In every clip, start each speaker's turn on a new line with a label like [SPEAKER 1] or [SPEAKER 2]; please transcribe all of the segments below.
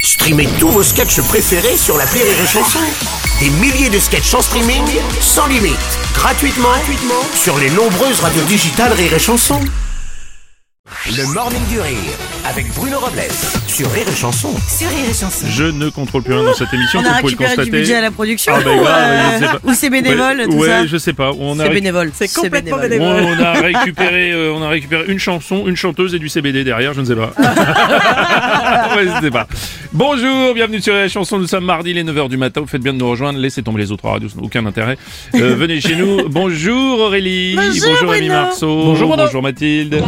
[SPEAKER 1] Streamez tous vos sketchs préférés sur la Rire et Chanson. Des milliers de sketchs en streaming, sans limite, gratuitement, gratuitement sur les nombreuses radios digitales Rire et Chanson. Le Morning du Rire avec Bruno Robles sur Rire et Chanson.
[SPEAKER 2] Sur Rire et Chanson.
[SPEAKER 3] Je ne contrôle plus rien dans cette émission,
[SPEAKER 2] On
[SPEAKER 3] comme
[SPEAKER 2] a
[SPEAKER 3] vous pouvez le
[SPEAKER 2] récupéré
[SPEAKER 3] constater.
[SPEAKER 2] du budget à la production
[SPEAKER 3] Ah, ben,
[SPEAKER 2] ou, euh,
[SPEAKER 3] grave, je sais pas.
[SPEAKER 2] ou c'est bénévole
[SPEAKER 3] ouais,
[SPEAKER 2] tout
[SPEAKER 3] ouais,
[SPEAKER 2] ça
[SPEAKER 3] je sais pas. On a,
[SPEAKER 2] C'est
[SPEAKER 3] récu-
[SPEAKER 2] bénévole.
[SPEAKER 4] C'est complètement
[SPEAKER 3] on,
[SPEAKER 4] bénévole.
[SPEAKER 3] on a récupéré, euh, on a récupéré une chanson, une chanteuse et du CBD derrière, je ne sais pas. Ouais, je sais pas. Bonjour, bienvenue sur la chanson. Nous sommes mardi, les 9h du matin. Vous faites bien de nous rejoindre. Laissez tomber les autres radios, ça n'a aucun intérêt. Euh, venez chez nous. Bonjour Aurélie.
[SPEAKER 4] Bonjour,
[SPEAKER 3] Rémi
[SPEAKER 4] Bruno.
[SPEAKER 3] Marceau. Bonjour, Mathilde.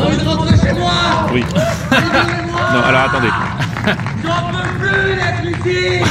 [SPEAKER 3] Oui. non, alors attendez.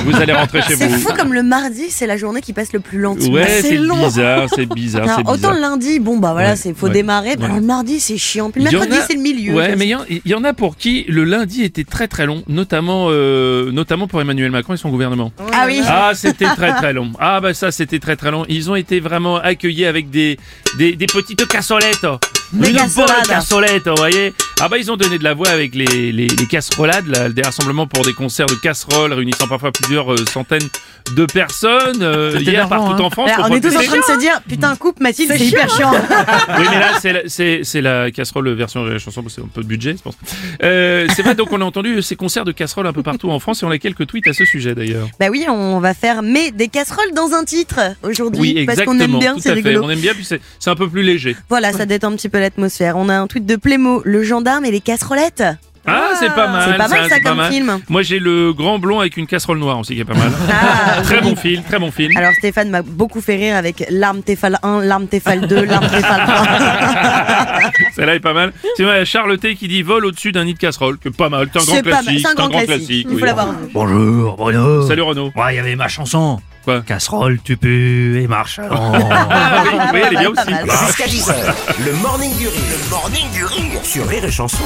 [SPEAKER 3] Vous allez rentrer chez
[SPEAKER 2] C'est
[SPEAKER 3] vous.
[SPEAKER 2] fou comme le mardi, c'est la journée qui passe le plus lentement.
[SPEAKER 3] Ouais,
[SPEAKER 2] c'est
[SPEAKER 3] c'est
[SPEAKER 2] long.
[SPEAKER 3] bizarre, c'est bizarre,
[SPEAKER 2] Alors,
[SPEAKER 3] c'est
[SPEAKER 2] autant
[SPEAKER 3] bizarre.
[SPEAKER 2] le lundi, bon bah voilà,
[SPEAKER 3] Ouais,
[SPEAKER 2] c'est faut
[SPEAKER 3] ouais,
[SPEAKER 2] démarrer. Bah,
[SPEAKER 3] ouais.
[SPEAKER 2] alors, le mardi, c'est chiant. Puis
[SPEAKER 3] Il
[SPEAKER 2] le
[SPEAKER 3] y en
[SPEAKER 2] mercredi,
[SPEAKER 3] a-
[SPEAKER 2] c'est le milieu.
[SPEAKER 3] Ouais,
[SPEAKER 2] Comme
[SPEAKER 3] mais
[SPEAKER 2] ça.
[SPEAKER 3] il y en- il y, en a pour qui le lundi était très très long, notamment euh, notamment pour Emmanuel Macron et son gouvernement.
[SPEAKER 2] Ah oui.
[SPEAKER 3] Ah, c'était très très long. Ah bah ça, c'était très très long. Ils ont été vraiment accueillis avec des des, des petites cassolettes.
[SPEAKER 2] Des
[SPEAKER 3] Une
[SPEAKER 2] casserolades.
[SPEAKER 3] bonne cassolette, vous voyez. Ah bah ils ont donné de la voix avec les les, les casserolades, là, des rassemblements pour des concerts de casseroles réunissant parfois plusieurs euh, centaines de personnes euh, hier partout en France.
[SPEAKER 2] Alors,
[SPEAKER 3] pour
[SPEAKER 2] hein. Bah, on est tous en
[SPEAKER 3] protester.
[SPEAKER 2] train de se dire,
[SPEAKER 3] Mm.
[SPEAKER 2] putain, coupe Mathilde, c'est hyper chiant.
[SPEAKER 3] Oui, mais là, c'est la, c'est- c'est la casserole version de la chanson, parce que c'est un peu de budget, je pense. Euh, c'est vrai, donc on a entendu ces concerts de casseroles un peu partout en France et on a quelques tweets à ce sujet d'ailleurs.
[SPEAKER 2] bah oui, on va faire mais des casseroles dans un titre aujourd'hui
[SPEAKER 3] Oui,
[SPEAKER 2] parce
[SPEAKER 3] exactement.
[SPEAKER 2] qu'on aime bien,
[SPEAKER 3] tout
[SPEAKER 2] c'est
[SPEAKER 3] à fait.
[SPEAKER 2] rigolo.
[SPEAKER 3] On aime bien, puis c'est c'est un peu plus léger.
[SPEAKER 2] Voilà, ça détend un petit peu l'atmosphère. On a un tweet de Plémo, le gendarme et les casserolettes.
[SPEAKER 3] Ah, c'est pas mal.
[SPEAKER 2] C'est pas mal ça
[SPEAKER 3] c'est pas
[SPEAKER 2] comme
[SPEAKER 3] mal.
[SPEAKER 2] film.
[SPEAKER 3] Moi, j'ai le grand blond avec une casserole noire aussi qui est pas mal.
[SPEAKER 2] Ah,
[SPEAKER 3] très
[SPEAKER 2] joli.
[SPEAKER 3] bon film, très bon film.
[SPEAKER 2] Alors Stéphane m'a beaucoup fait rire avec l'arme Tefal 1, l'arme Tefal 2, l'arme Tefal 3.
[SPEAKER 3] Celle-là est pas mal. C'est vrai, Charles T qui dit vol au-dessus d'un nid de casserole, que pas mal. C'est un grand
[SPEAKER 2] C'est pas mal,
[SPEAKER 3] classique.
[SPEAKER 2] c'est un grand classique. Il
[SPEAKER 3] oui.
[SPEAKER 2] faut l'avoir vu.
[SPEAKER 5] Bonjour Bruno.
[SPEAKER 3] Salut Renaud.
[SPEAKER 5] Moi, il y avait ma chanson.
[SPEAKER 3] Quoi
[SPEAKER 5] Casserole, tu pues et marche.
[SPEAKER 3] Ah, oui, oui, elle est bien
[SPEAKER 2] Pas
[SPEAKER 3] aussi.
[SPEAKER 2] mal.
[SPEAKER 1] Jusqu'à 10h, le Morning du Rire. Le Morning du Rire sur Rire et Chanson.